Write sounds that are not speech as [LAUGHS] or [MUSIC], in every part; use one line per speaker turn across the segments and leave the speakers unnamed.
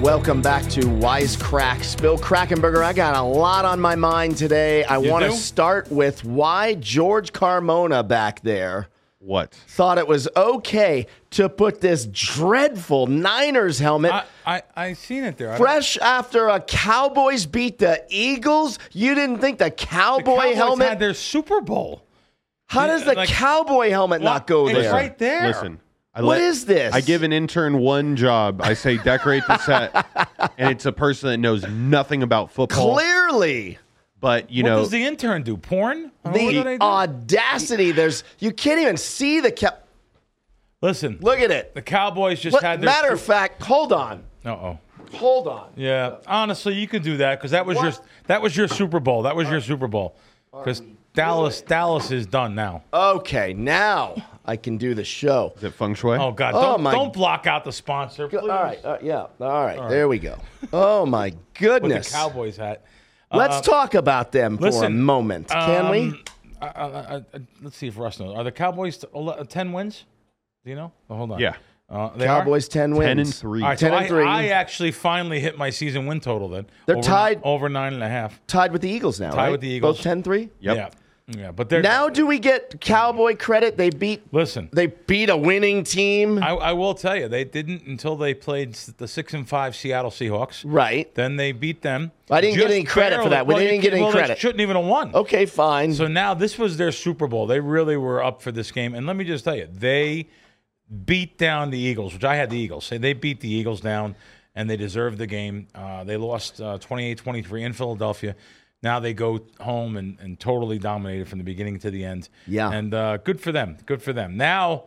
Welcome back to Wise Cracks. Bill Krakenberger, I got a lot on my mind today. I
You
want to
do?
start with why George Carmona back there
What?
thought it was okay to put this dreadful Niners helmet
I I, I seen it there. I don't-
fresh after a Cowboys beat the Eagles. You didn't think the
the
Cowboy
Cowboys
helmet?
had their Super Bowl.
how does the
like-
Cowboy helmet not go
It's
there?
right there.
Listen, I
What is this?
I give an intern one job. I say decorate
[LAUGHS]
the set, and it's a person that knows nothing about football.
Clearly.
But you
what
know,
does the intern do? Porn? I mean, what do they
The
do?
audacity! There's you can't even see the cow.
Listen,
Look at it.
the Cowboys just
Look-
had their
matter of fact, hold on,
Uh oh.
hold on.
Yeah, honestly, you could do that because that was your
What?
that was your Super Bowl. That was your Super Bowl because Dallas Dallas is done now.
Oh. Okay, now I can do the show.
is it feng shui?
Oh God!
Oh,
Don't,
my-
don't block out the sponsor, please.
All right, uh, yeah, all right, there we go. Oh my
With the
goodness!
Cowboys hat.
Let's talk about them for a
listen, um,
moment, can we?
I, I, I, I, uh, let's see if Russ knows. Are the Cowboys t- ele- uh, ten wins? Do you know? Oh, hold on.
Yeah.
Uh, they are?
Cowboys ten wins,
Ten and three.
All right,
10
so
and
I,
three.
I actually finally hit my season win total. Then
They're
over,
tied-
over nine and a half.
tied with the Eagles now.
Tied
right?
with the Eagles.
both 10-3?
Yep.
Yeah, yeah, but they're
Now, do we get Cowboy credit? They beat
Listen,
they beat a winning team,
I, I will tell you, they didn't until they played s- the six and five Seattle Seahawks.
right?
Then they beat them.
I didn't get
Just
any credit for
barely.
that. We
Well, you
didn't get
can't-
any
well,
credit.
They shouldn't even have won.
Okay, fine.
So now this was their Super Bowl. They really were up for this game. And let me just tell you, they beat down the Eagles, which I had the Eagles. Say they beat the Eagles down, and they deserved the game. Uh, they lost uh, 28-23 in Philadelphia. Now they go home and, and totally dominated from the beginning to the end.
Yeah.
and uh, good for them. Good for them. Now,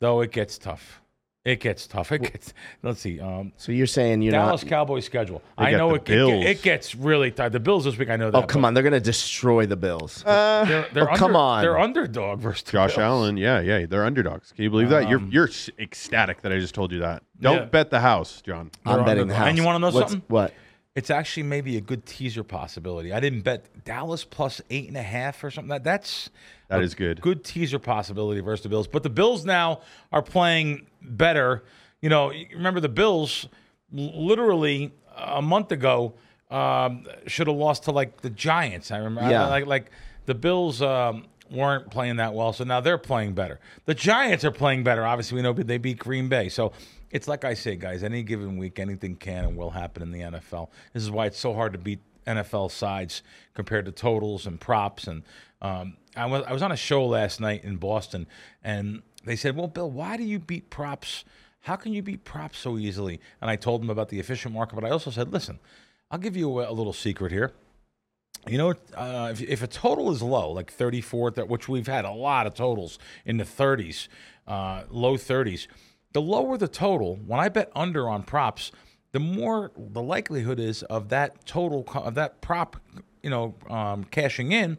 though, it gets tough. It gets tough. It gets. Let's see. Um,
So you're saying you're
Dallas
not?
Cowboys schedule. I
got
know
the
it, it,
Bills.
it gets really tight. The Bills this week. I know that.
Oh
but-
come on, they're gonna destroy the Bills.
they're, they're
Oh, come
under-
on.
They're underdog versus the
Josh
Bills.
Allen, yeah, yeah, they're underdogs. Can you believe that? You're you're s- ecstatic that I just told you that. Don't
Um, Yeah.
bet the house, John.
I'm
they're
betting the
underdog.
house.
And you wanna know
What's-
something?
What?
It's actually maybe a good teaser possibility. I didn't bet Dallas plus eight and a half or something. That that's
That
a
is good.
Good teaser possibility versus the Bills. But the Bills now are playing better. You know, you remember the Bills l- literally a month ago um, should have lost to like the Giants. I remember. I-
Yeah.
like like the Bills. Um, weren't playing that well, so now they're playing better. The Giants are playing better. Obviously, we know they beat Green Bay. So it's like I say, guys, any given week, anything can and will happen in the NFL. This is why it's so hard to beat NFL sides compared to totals and props. And um, I, was, I was on a show last night in Boston, and they said, Well, Bill, why do you beat props? How can you beat props so easily? And I told them about the efficient market, but I also said, Listen, I'll give you a, a little secret here. You know, uh, if, if a total is low, like 34, th- which we've had a lot of totals in the 30s, uh, low 30s, the lower the total, when I bet under on props, the more the likelihood is of that total, co- of that prop, you know, um, cashing in,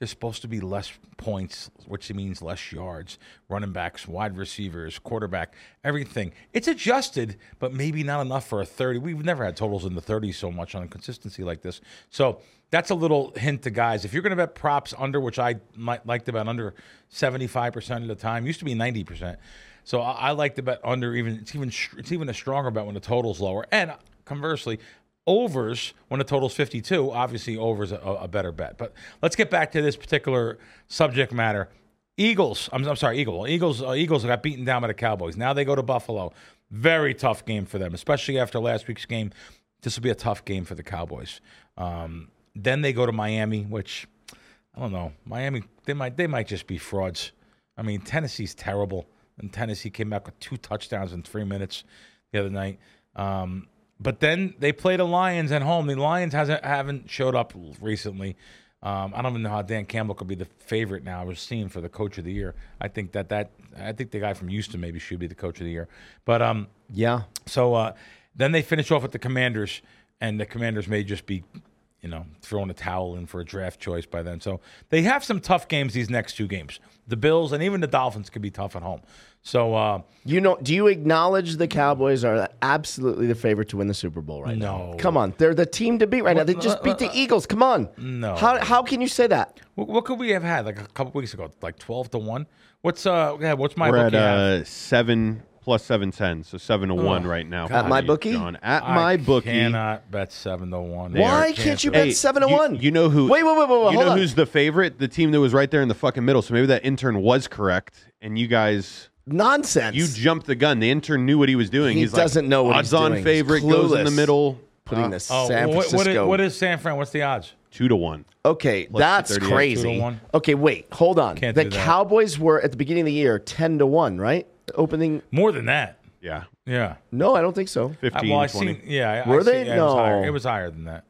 there's supposed to be less points, which means less yards, running backs, wide receivers, quarterback, everything. It's adjusted, but maybe not enough for a 30. We've never had totals in the 30s so much on consistency like this. So that's a little hint to guys. If you're going to bet props under, which I might like to bet under 75% of the time, used to be 90%. So I, I like to bet under even, it's even, str- it's even a stronger bet when the total's lower. And conversely, overs when the total's 52 obviously overs a, a better bet but let's get back to this particular subject matter eagles i'm, I'm sorry eagle eagles uh, eagles got beaten down by the cowboys now they go to buffalo very tough game for them especially after last week's game this will be a tough game for the cowboys um, then they go to miami which i don't know miami they might they might just be frauds i mean tennessee's terrible and tennessee came back with two touchdowns in three minutes the other night um, but then they play the Lions at home. The Lions hasn't haven't showed up recently. Um, I don't even know how Dan Campbell could be the favorite now. I was seeing for the coach of the year. I think that that I think the guy from Houston maybe should be the coach of the year. But um,
Yeah.
so uh, then they finish off with the Commanders, and the Commanders may just be you know, throwing a towel in for a draft choice by then. So they have some tough games these next two games. The Bills and even the Dolphins could be tough at home. So uh,
You know, do you acknowledge the Cowboys are absolutely the favorite to win the Super Bowl right now?
No.
Come on. They're the team to beat right now. They just beat the Eagles. Come on.
No.
How, how can you say that?
what, what could we have had like a couple weeks ago, like twelve to one? What's uh, yeah, what's my
We're at
book you have?
uh, seven plus seven ten, so seven to one right now.
At
for
my
you,
bookie?
John. At
Oh, I
uh, my bookie.
cannot bet seven to one.
Why
They are
can't
canceled.
you bet
Hey,
seven to
you-
one?
You know who?
Wait, wait, wait, wait, wait.
You
hold
know
on.
who's the favorite? The team that was right there in the fucking middle. So maybe that intern was correct, and you guys,
nonsense?
you jumped the gun. The intern knew what he was doing.
He
he's
doesn't
like,
know what he's
odds on
doing. He's
favorite goes in the
clueless.
middle.
putting
Uh,
this
Oh,
San
well, what-
Francisco.
what is- what is San Fran? What's the odds?
two to one.
Okay, that's
238.
Two
crazy.
to one.
Okay, wait, hold on.
Can't
the
do that.
Cowboys were at the beginning of the year ten to one, right? Opening?
More than that.
Yeah,
Yeah.
No, Uh, I don't think so.
15
I, well, I
20.
seen. Yeah. I,
Were
I seen-
they?
yeah, It was, higher.
No. Mm,
it was higher than that.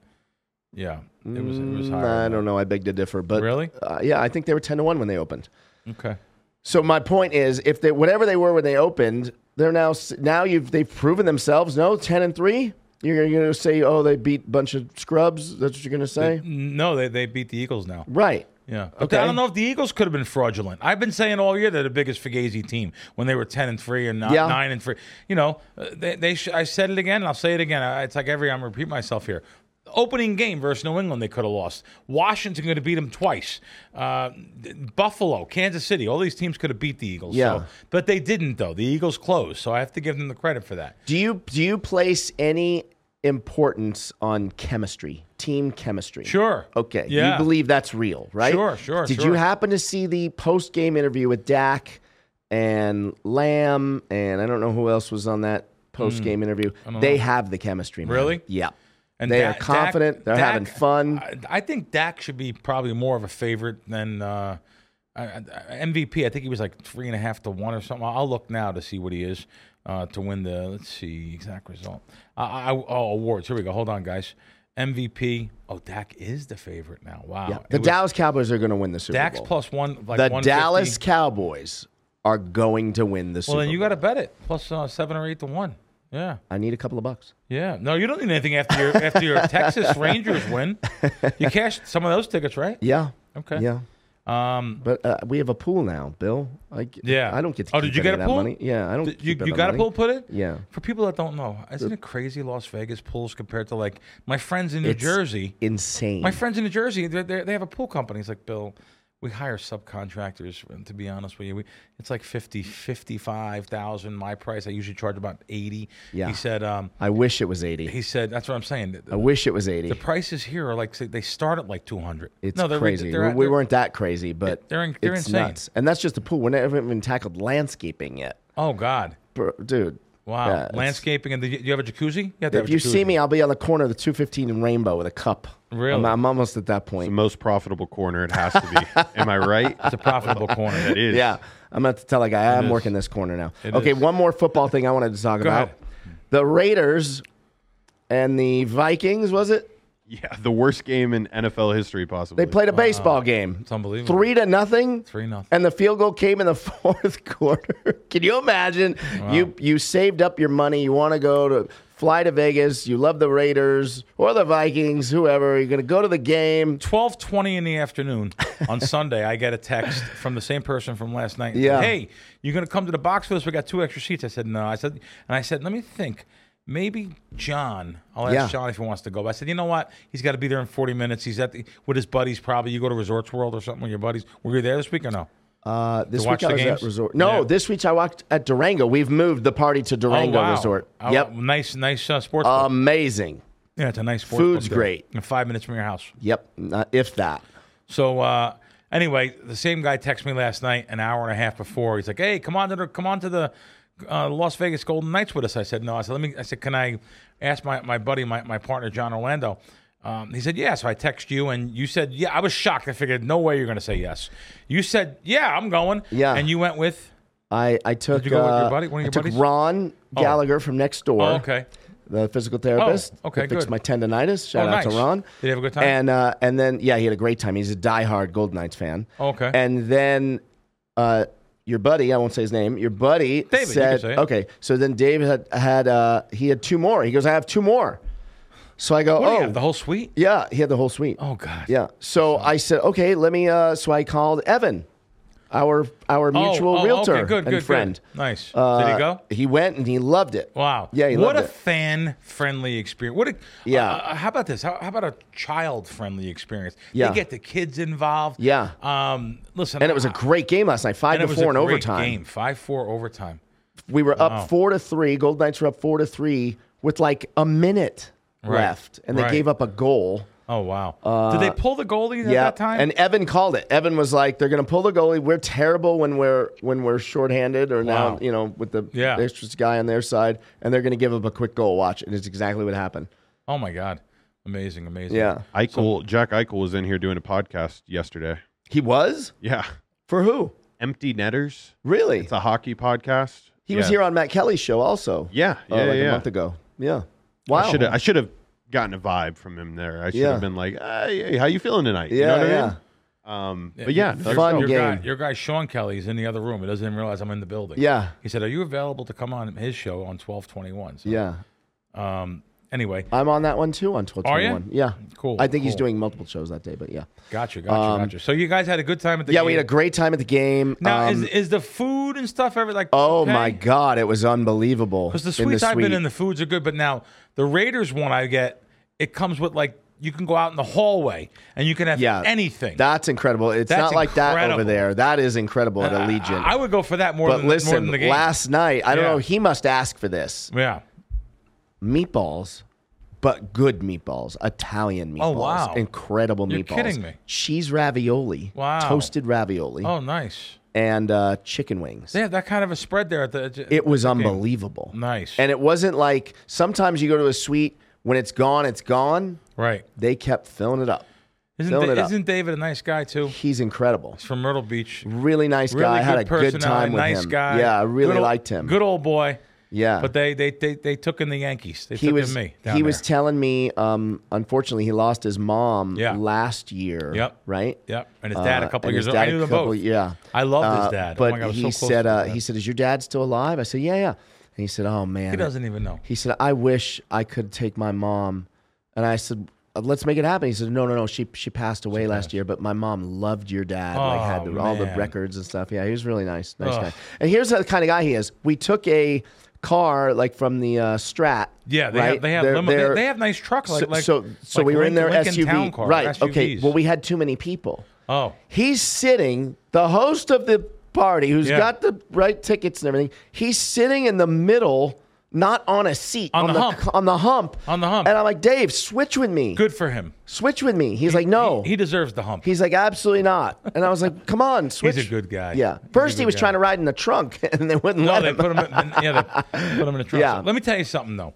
Yeah. It was. It was higher.
Nah, I
than
don't know. I beg to differ. But
Really?
uh, yeah, I think they were ten to one when they opened.
that. Okay.
So my point is, if they whatever they were when they opened, they're now s- now you've they've proven themselves. No, ten and three. You're, you're going to say, oh, they beat a bunch of scrubs. That's what you're going to say,
No, they they beat the Eagles now.
right?
Yeah. But
Okay.
I don't know if the Eagles could have been fraudulent. I've been saying all year they're the biggest Fugazi team when they were 10 and 3 and not
Yeah.
9 and 3. You know, uh, they, they sh- I said it again and I'll say it again. I, it's like every I'm repeating myself here. Opening game versus New England, they could have lost. Washington could have beat them twice. Uh, Buffalo, Kansas City, all these teams could have beat the Eagles.
Yeah.
So, but they didn't, though. The Eagles closed. So I have to give them the credit for that.
Do you do you place any importance on chemistry, team chemistry?
Sure.
Okay.
Yeah.
You believe that's real, right?
Sure, sure,
Did
sure.
you happen to see the post game interview with Dak and Lamb and I don't know who else was on that post
Hmm.
game interview? They have the chemistry. Man.
Really?
Yeah.
And
they
Dak-
are confident.
Dak-
they're
Dak-
having fun.
I, I think Dak should be probably more of a favorite than uh, I- I- MVP. I think he was like three and a half to one or something. I'll look now to see what he is uh, to win the. Let's see exact result. I, I, oh, awards. Here we go. Hold on, guys. MVP. Oh, Dak is the favorite now. Wow.
the
It was-
Dallas Cowboys are going to win the Super
Dak's
Bowl.
plus one. Like
the
150.
Dallas Cowboys are going to win the Super
Well, then you
Bowl.
got to bet it plus uh, seven or eight to one. Yeah.
I need a couple of bucks.
Yeah. No, you don't need anything after your after
[LAUGHS]
your Texas Rangers win. You cashed some of those tickets, right?
Yeah.
Okay.
Yeah.
Um,
But uh, we have a pool now, Bill. I, g-
Yeah.
I don't get to.
Oh, did
keep
you
any
get
of
a
that
pool?
Money. Yeah, I don't.
Th- you
keep any
you
of
got a
that
pool
money.
put in?
Yeah.
For people that don't know, isn't it crazy Las Vegas pools compared to like my friends in New
It's
Jersey?
Insane.
My friends in New Jersey, they're, they're, they have a pool company. It's like, Bill, we hire subcontractors, and to be honest with you. We, it's like 50, 55,000 my price. I usually charge about 80.
Yeah.
He said, um,
I wish it was eighty.
he said, that's what I'm saying. The-
I wish it was eighty.
The prices here are like, say, they start at like 200.
it's
they're,
crazy.
They're,
we, we
they're-
weren't that crazy, but
They're in- they're
it's
insane.
nuts. And that's just the pool. We haven't even tackled landscaping yet,
oh, God.
Bro, dude.
Wow.
yeah, it's-
Landscaping. and the, you have a jacuzzi? You have to have
If
a
you see
jacuzzi.
me, I'll be on the corner of the two fifteen and Rainbow with a cup.
Really?
I'm, I'm almost at that
the
point.
most profitable corner. It has to be.
[LAUGHS]
Am I right?
It's a profitable corner.
It is.
Yeah, I'm gonna have to tell a guy I'm
is.
working this corner now. okay,
is.
one more football thing I wanted to talk about:
ahead.
the Raiders and the Vikings. Was it?
Yeah, the worst game in NFL history, possibly.
They played a baseball game.
It's unbelievable.
Three to nothing.
Three nothing.
And the field goal came in the [LAUGHS] fourth quarter. Can you imagine? You you saved up your money. You want to go to fly to Vegas. You love the Raiders or the Vikings, whoever. You're gonna go to the game.
twelve twenty in the afternoon
[LAUGHS]
on Sunday, I get a text from the same person from last night. and said,
Yeah.
Hey, you gonna come to the box with us? We got two extra seats. I said no. I said and I said let me think. Maybe John. I'll ask
Yeah.
John if he wants to go. But I said, you know what? He's got to be there in forty minutes. He's at the, with his buddies. Probably you go to Resorts World or something with your buddies. Were you there this week or no?
Uh, this
watch
week I
the
was
games?
at resort. No,
Yeah.
this week I walked at Durango. We've moved the party to Durango
oh, wow.
Resort.
Oh,
Yep,
Nice, nice uh, sports. book.
amazing.
yeah, it's a nice sports.
food's
book there.
great.
And five minutes from your house.
Yep, not if that.
So uh, anyway, the same guy texted me last night, an hour and a half before. He's like, "Hey, come on to the come on to the uh, Las Vegas Golden Knights with us." I said, "No." I said, "Let me." I said, "Can I ask my my buddy, my my partner, John Orlando?" Um, he said, "Yeah." So I text you, and you said, "Yeah." I was shocked. I figured, "No way, you're going to say yes." You said, "Yeah, I'm going."
Yeah.
And you went with.
I I took
you go with your
uh,
buddy- one of
I
your
took
buddies?
Ron Gallagher from next door.
Oh, okay.
the physical therapist.
Oh, okay,
that fixed
good.
my tendonitis. Shout
Oh,
out to
nice.
Ron.
Did he have a good time?
And uh, and then yeah, he had a great time. He's a diehard Golden Knights fan.
Oh, Okay.
And then uh, your buddy, I won't say his name. Your buddy
David, you can
said,
say it.
okay. So then Dave had had uh, he had two more. He goes, I have two more. So I go,
What do you
oh,
have, the whole suite?
yeah, he had the whole suite.
Oh, God.
Yeah. So I said, okay, let me. Uh, so I called Evan, our our
Oh,
mutual
oh,
realtor
Okay, good,
and
good, good.
friend.
Nice. Did
Uh,
he go?
He went and he loved it.
Wow.
Yeah, he
What
loved
a
it.
fan-friendly experience. What a
Yeah.
uh, uh, how about this? How, how about a child-friendly experience?
Yeah.
They get the kids involved.
Yeah.
Um. Listen.
and it was a
I-
great game last night, five
and
to
it was a
four in
great
overtime.
Game five four overtime.
We were up four to three. Gold Knights were up four to three with like a minute
Right.
left, and they
Right.
gave up a goal.
Oh wow. Did they pull the goalies
Uh, yeah,
at that time?
and Evan called it. Evan was like, "They're going to pull the goalie. We're terrible when we're when we're shorthanded, or
Wow.
now you know with the
Yeah.
extras guy on their side, and they're going to give up a quick goal. Watch, and it's exactly what happened.
oh my god. Amazing. Amazing.
Yeah,
Eichel, Jack Eichel was in here doing a podcast yesterday.
he was
Yeah.
for who?
Empty Netters.
Really?
It's a hockey podcast.
he was
Yeah.
here on Matt Kelly's show also.
Yeah.
uh,
Yeah.
like
yeah.
a month ago. Yeah. Wow.
I should have I should have gotten a vibe from him there. I should
Oh. Yeah.
have been like, hey, how you feeling tonight? you
Yeah,
know what
yeah.
I mean? Um, but yeah,
your,
Fun
your Guy,
game.
your guy Sean Kelly's in the other room. He doesn't even realize I'm in the building.
Yeah.
He said, "Are you available to come on his show on 1221?" So,
Yeah.
Um. Anyway,
I'm on that one too on twelve
Are you?
twenty one. Yeah.
Cool,
I think he's
cool.
doing multiple shows that day, but yeah.
gotcha, gotcha, gotcha. So you guys had a good time at the
Um, Yeah,
game.
we had a great time at the game.
Now,
Um,
is, is the food and stuff ever like?
oh
okay?
my god, it was unbelievable.
Because the
in
suites I've been
suite.
in, the foods are good, but now the Raiders one I get, it comes with like you can go out in the hallway and you can have
yeah,
anything.
That's incredible. It's
That's
not like that over
incredible.
there. That is incredible at
I,
Allegiant.
I would go for that more,
but
than, more than
listen,
the game.
last night I don't
Yeah.
know. He must ask for this
yeah.
meatballs, but good meatballs, Italian meatballs.
Oh, wow.
Incredible
You're
meatballs.
kidding me.
Cheese ravioli.
Wow.
Toasted ravioli
Oh, nice.
and uh, chicken wings.
They have that kind of a spread there at the.
It was unbelievable.
Nice.
And it wasn't like sometimes you go to a suite when it's gone, it's gone.
right.
They kept filling it up.
Isn't,
Filling
Da-
it up.
isn't David a nice guy too?
He's incredible.
He's from Myrtle Beach.
Really nice guy.
Really
I had a
good
good time
personality,
with
nice
him.
guy.
Yeah, I really
Good ol-
liked him.
Good old boy.
Yeah.
But they they they, they took in the Yankees. They
he
took
was
in me.
he
down
was
there.
telling me um unfortunately he lost his mom
Yeah.
last year,
Yep.
right?
Yep. And his dad
Uh,
a couple
and
years
his
ago. I
dad a
knew them
couple-
both.
Yeah.
I loved
Uh,
his dad.
But
oh my God, I was
he
so close
said,
to his
uh,
dad.
he said, "Is your dad still alive?" I said, "Yeah, yeah." And he said, "Oh man,
he doesn't even know.
He said, "I wish I could take my mom," and I said, "Uh, "Let's make it happen." He said, "No, no, no. She she passed away last year, but my mom loved your dad. like had
Oh,
all the
man.
records and stuff. Yeah, he was really nice, nice
Ugh.
guy. And here's the kind of guy he is. We took a car like from the uh, Strat.
Yeah, they
right?
have they have
They're-
limo, they
they're-
they have nice trucks like
so
like
so, so
like
we were in their
Lincoln- Lincoln
SUV,
Town car,
right?
SUVs.
Okay. Well, we had too many people.
oh
He's sitting, the host of the party, who's
Yeah.
got the right tickets and everything. He's sitting in the middle, not on a seat,
On the hump.
on the hump,
On the hump.
And I'm like, Dave, switch with me,
good for him.
switch with me. He's like, no,
he, he deserves the hump.
he's like, absolutely not. And I was like, come on, switch.
[LAUGHS] He's a good guy.
Yeah.
He's a
First,
good
he was
guy.
trying to ride in the trunk, [LAUGHS] and they wouldn't
No,
let
they
him.
put him. In, yeah,
[LAUGHS]
they put him in a trunk.
Yeah.
So let me tell you something though.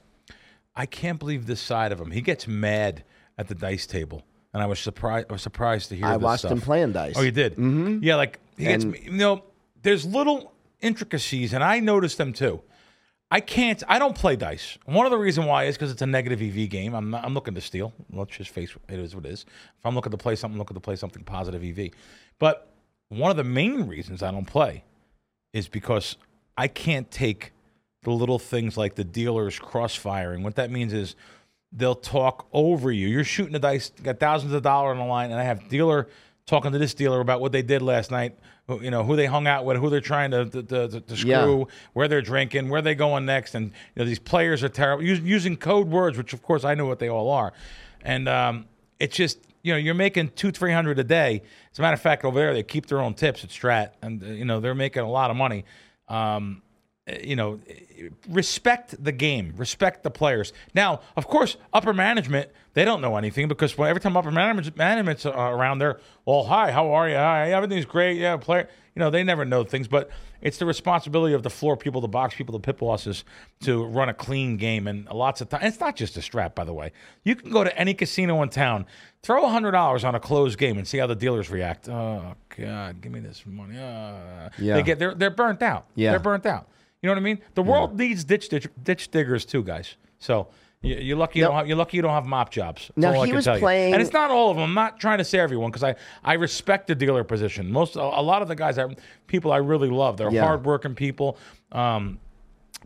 I can't believe this side of him. He gets mad at the dice table, and I was surprised. I was surprised to hear.
I
this
watched him
stuff.
playing dice.
Oh, you did. Mm-hmm. Yeah, like he gets. me. you know, there's little intricacies, and I noticed them too. I can't. I don't play dice. One of the reason why is because it's a negative EV game. I'm not, I'm looking to steal. Let's just face it is what it is. If I'm looking to play something, I'm looking to play something positive EV. But one of the main reasons I don't play is because I can't take the little things like the dealers crossfiring. What that means is they'll talk over you. You're shooting the dice, got thousands of dollars on the line, and I have dealer talking to this dealer about what they did last night, who- you know, who they hung out with, who they're trying to, to, to, to screw,
Yeah.
where they're drinking, where they going next, and you know these players are terrible us- using code words, which of course I know what they all are, and um, it's just you know you're making two three hundred a day. As a matter of fact, over there they keep their own tips at Strat, and uh, you know they're making a lot of money. Um, uh, you know, respect the game, respect the players. Now, of course, upper management they don't know anything because well, every time upper management, management's uh, around, they're all hi, how are you? Hi, everything's great. Yeah, player. You know, they never know things, but it's the responsibility of the floor people, the box people, the pit bosses to run a clean game. And lots of times, it's not just a strap, by the way. You can go to any casino in town, throw hundred dollars on a closed game, and see how the dealers react. Oh God, give me this money. Uh.
Yeah.
they get they're they're burnt out.
Yeah.
they're burnt burnt out. You know what I mean? The world needs ditch, ditch ditch diggers too, guys. So you- you're lucky you
Now-
don't have, you're lucky you don't have mop jobs. That's
Now,
all I
he
can
was
tell you.
playing-
and it's not all of them. I'm not trying to say everyone because I, I respect the dealer position. Most a, a lot of the guys, I, people I really love, they're
Yeah.
hardworking people. Um,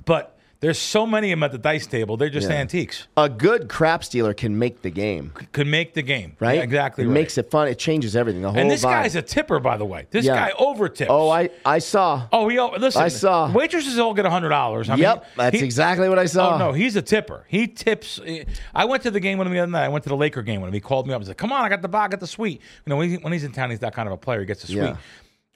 but There's so many of them at the dice table. They're just
Yeah.
antiques.
A good craps dealer can make the game,
C- Could make the game.
right?
Yeah, exactly.
It
right.
makes it fun. It changes everything. The whole
and this
vibe.
guy's a tipper, by the way. This
Yeah.
guy over tips.
oh, I I saw.
Oh, he. oh, Listen,
I saw.
waitresses all get hundred dollars.
yep, that's exactly what I saw.
Oh no, he's a tipper. He tips. eh, I went to the game with him the other night. I went to the Laker game with him. He called me up and said, "Come on, I got the bar, I got the suite." You know, when he's, when he's in town, he's that kind of a player. He gets the suite.
Yeah.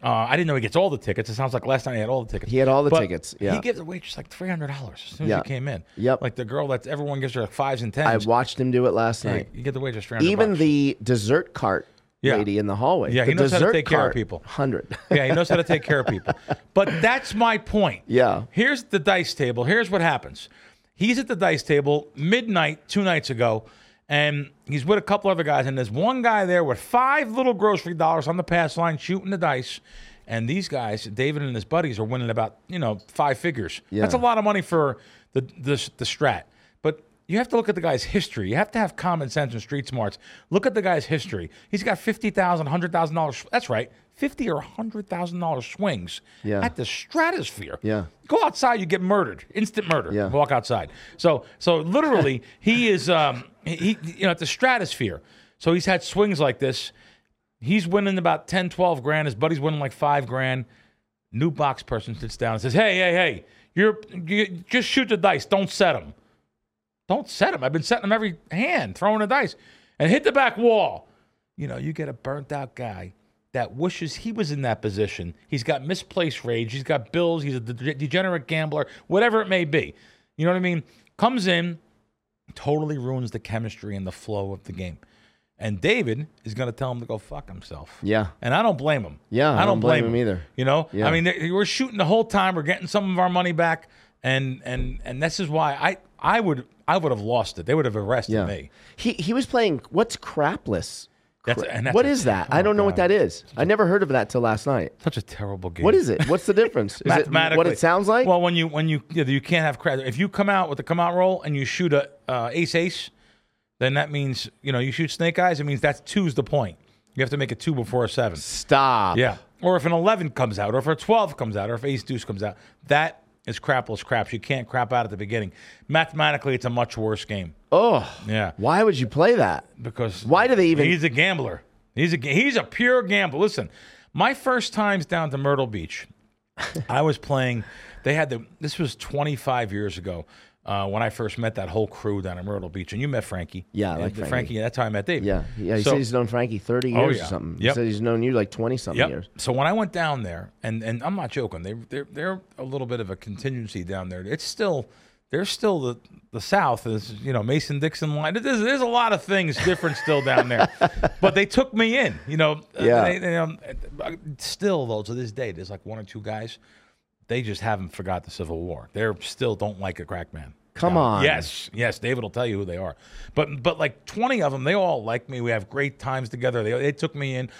Uh, I didn't know he gets all the tickets. It sounds like last night he had all the tickets.
He had all the
But
tickets, yeah.
he gives the waitress like three hundred dollars as soon as
Yeah.
you came in.
Yep.
Like the girl that's everyone gives her like fives and
I
tens.
watched him do it last
Hey,
night.
you get the waitress three hundred.
Even the dessert cart
Yeah.
lady in the hallway.
Yeah,
the
he knows how to
dessert
take care of
cart,
people. [LAUGHS]
Hundred. [LAUGHS]
yeah, he knows how to take care of people. But that's my point.
Yeah.
Here's the dice table. Here's what happens. He's at the dice table midnight two nights ago, and he's with a couple other guys, and there's one guy there with five little grocery dollars on the pass line shooting the dice. And these guys, David and his buddies, are winning about you know five figures.
Yeah.
That's a lot of money for the the, the strat. But you have to look at the guy's history. You have to have common sense and street smarts. Look at the guy's history. He's got $50,000, $100,000. That's right. Fifty or hundred thousand dollar swings
Yeah.
at the stratosphere.
Yeah.
go outside, you get murdered, instant murder.
Yeah.
walk outside. So, so literally, he is, um, he, he- you know, at the stratosphere. So he's had swings like this. He's winning about 10, 12 grand. His buddy's winning like five grand. New box person sits down and says, "Hey, hey, hey, you're you, just shoot the dice. Don't set them. Don't set them. I've been setting them every hand, throwing the dice, and hit the back wall. You know, you get a burnt out guy that wishes he was in that position. He's got misplaced rage. He's got bills. He's a de- degenerate gambler. Whatever it may be, you know what I mean. Comes in, totally ruins the chemistry and the flow of the game. And David is going to tell him to go fuck himself.
Yeah.
And I don't blame him.
Yeah,
I don't, blame,
him either.
You know,
Yeah.
I mean, they- we're shooting the whole time. We're getting some of our money back, and and and this is why I I would I would have lost it. They would have arrested
Yeah.
me.
He he was playing what's crapless.
That's,
Cra-
and that's
what
a-
is that? I
oh,
don't know what
God.
that is. I never heard of that till last night.
Such a terrible game.
What is it? What's the difference? Is it
Mathematically,
what it sounds like?
Well, when you when you you, know, you can't have credit. If you come out with the come out roll and you shoot a uh, ace ace, then that means you know you shoot snake eyes. It means that's two's the point. You have to make a two before a seven.
Stop.
Yeah. Or if an 11 comes out, or if a 12 comes out, or if ace deuce comes out, that is crapless craps. You can't crap out at the beginning. Mathematically, it's a much worse game.
Oh.
Yeah.
Why would you play that?
Because
Why do they even-
He's a gambler. He's a ga- he's a pure gambler. Listen, my first times down to Myrtle Beach, I was playing. They had the this was 25 years ago uh, when I first met that whole crew down at Myrtle Beach, and you met Frankie.
Yeah, I like
And
Frankie.
That's how I met Dave.
Yeah. Yeah. He
So-
said he's known Frankie 30 years
Oh,
or
yeah.
something. He
Yep.
said he's known you like 20 something years.
So when I went down there, and and I'm not joking, they they're they're a little bit of a contingency down there. It's still they're still the the South is you know Mason Dixon line. There's, there's a lot of things different still
[LAUGHS]
down there, but they took me in. You know,
Yeah.
They, they, um, still though to this day, there's like one or two guys. They just haven't forgot the Civil War. They're still don't like a crack man.
Come
Yeah.
on.
Yes, yes. David will tell you who they are. But but like twenty of them, they all like me. We have great times together. They they took me in.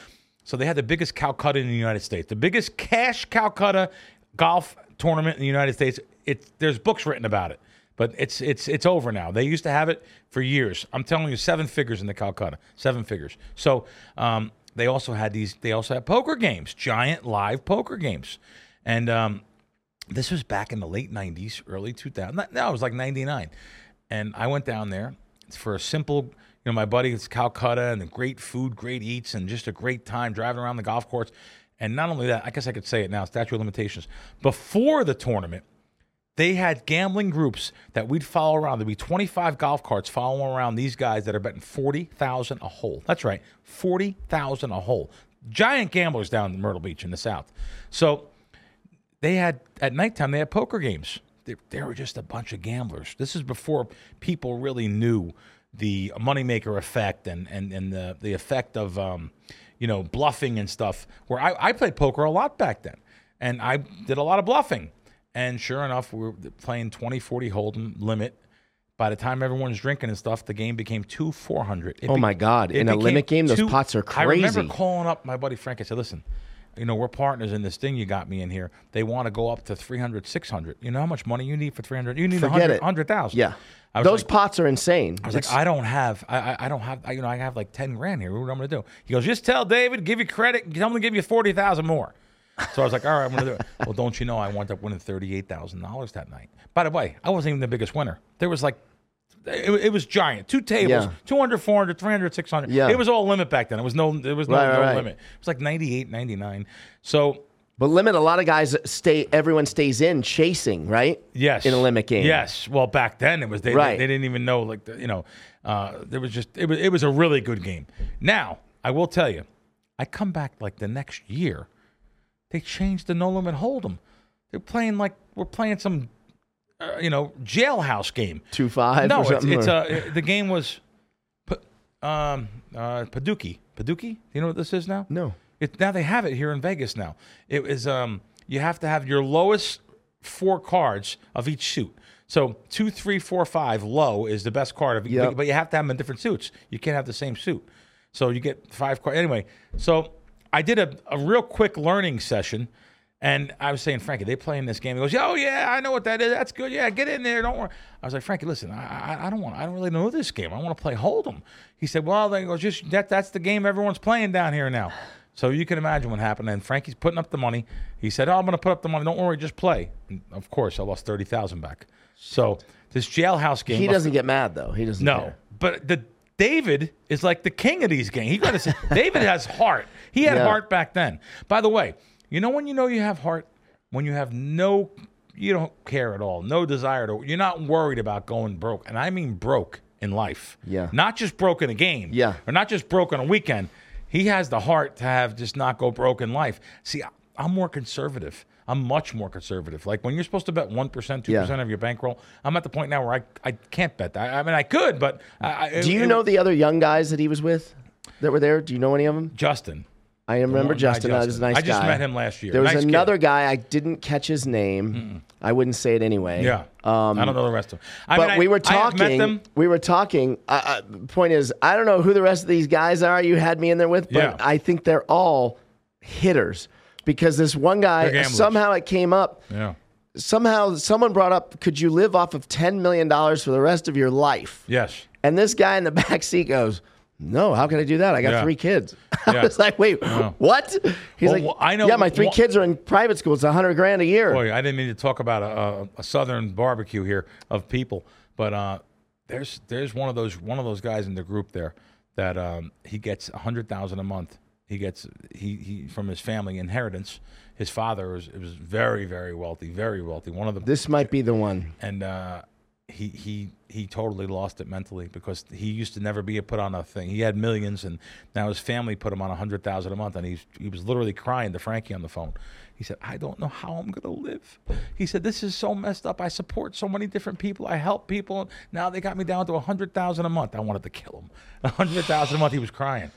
So they had the biggest Calcutta in the United States, the biggest cash Calcutta golf tournament in the United States. It's there's books written about it, but it's it's it's over now. They used to have it for years. I'm telling you, seven figures in the Calcutta, seven figures. So um, they also had these. They also had poker games, giant live poker games, and um, this was back in the late 90s, early 2000s. No, it was like 99. And I went down there for a simple, you know, my buddy, it's Calcutta and the great food, great eats, and just a great time driving around the golf course. And not only that, I guess I could say it now, statute of limitations. Before the tournament, they had gambling groups that we'd follow around. There'd be 25 golf carts following around these guys that are betting 40,000 a hole. That's right, 40,000 a hole. Giant gamblers down in Myrtle Beach in the South. So they had at nighttime they had poker games. They, they were just a bunch of gamblers. This is before people really knew the moneymaker effect and and and the the effect of um, you know bluffing and stuff. Where I, I played poker a lot back then, and I did a lot of bluffing. And sure enough, we were playing 20, 40 hold'em limit. By the time everyone's drinking and stuff, the game became two four hundred.
Oh my God. In a limit game, those pots are
I remember
crazy.
calling up my buddy Frank. I said, listen, you know, we're partners in this thing you got me in here. They want to go up to 300, 600. You know how much money you need for 300? You need a
Forget
100
it.
100,000.
Yeah.
I was
Those
like-
pots are insane.
I was like, I don't have, I, I, I don't have, I, you know, I have like ten grand here. What am I going to do? He goes, just tell David, give you credit, tell him to give you forty thousand more. So I was like, all right, I'm going to do it. well, don't you know I wound up winning $38,000 that night. By the way, I wasn't even the biggest winner. There was like, it, it was giant. Two tables,
Yeah.
200, 400, 300, 600.
Yeah.
It was all limit back then. It was no, there was no,
Right, right,
no
right.
limit. It was like 98, 99. So
But limit, a lot of guys stay. Everyone stays in chasing, right?
Yes.
In a limit game.
Yes. Well, back then it was they,
Right.
they didn't even know like the, you know uh, there was just it was it was a really good game. Now I will tell you, I come back like the next year, they changed the no limit hold'em. They're playing like we're playing some uh, you know jailhouse game.
Two five.
no,
or
it's,
something,
it's
or-
uh, the game was P- um uh Paduki Paduki. You know what this is now?
No.
It, now they have it here in Vegas. Now it is. Um, you have to have your lowest four cards of each suit. So two, three, four, five. Low is the best card of. each
Yep.
But you have to have them in different suits. You can't have the same suit. So you get five cards anyway. So I did a, a real quick learning session. And I was saying, Frankie, they playing this game. He goes, "Oh yeah, I know what that is. That's good. Yeah, get in there. Don't worry." I was like, "Frankie, listen, I, I, I don't want. I don't really know this game. I want to play Hold'em." He said, "Well, then he goes, just that. That's the game everyone's playing down here now." So you can imagine what happened. And Frankie's putting up the money. He said, "Oh, I'm going to put up the money. Don't worry, just play." And of course, I lost thirty thousand back. So this jailhouse game.
he
must-
doesn't get mad though. He doesn't.
no,
care.
but the David is like the king of these games.
[LAUGHS]
He got his, David has heart. He had
Yeah.
heart back then. By the way, you know when you know you have heart when you have no, you don't care at all, no desire to. You're not worried about going broke, and I mean broke in life.
Yeah.
not just broke in a game.
Yeah.
or not just broke on a weekend. He has the heart to have just not go broke in life. See, I- I'm more conservative. I'm much more conservative. Like when you're supposed to bet one percent, two percent
Yeah.
of your bankroll, I'm at the point now where I, I can't bet that. I, I mean, I could, but I, I,
Do you
it-
know the other young guys that he was with that were there? Do you know any of them?
Justin?
I remember
One guy,
Justin. That was a nice
I just
guy.
met him last year.
There was
Nice kid.
another guy. I didn't catch his name. I wouldn't say it anyway.
Yeah, I don't know the rest of them. I
um, but
mean, I-
we were
I have
talking.
met them.
We were talking. Uh, uh, point is, I don't know who the rest of these guys are. You had me in there with, but
Yeah.
I think they're all hitters because this one
They're
guy
gamblers.
somehow it came up.
Yeah,
Somehow someone brought up, could you live off of ten million dollars for the rest of your life?
yes.
And this guy in the [LAUGHS] back seat goes, "No, how can I do that? I got
Yeah.
three kids." [LAUGHS] I
Yeah.
was like, "Wait, what?" He's
Well,
like,
well, I know
Yeah, my three
one-
kids are in private school. It's a hundred grand a year.
Boy, I didn't mean to talk about a, a, a southern barbecue here of people, but uh, there's there's one of those one of those guys in the group there that um, he gets a hundred thousand a month. He gets he, he from his family inheritance. His father was, was very very wealthy, very wealthy. One of the
This might be the one.
and uh, he he he totally lost it mentally because he used to never be put on a thing. He had millions, and now his family put him on a hundred thousand a month, and he's he was literally crying to Frankie on the phone. He said, "I don't know how I'm gonna live." He said, "This is so messed up. I support so many different people. I help people. Now they got me down to a hundred thousand a month. I wanted to kill him. [LAUGHS] A hundred thousand a month. He was crying.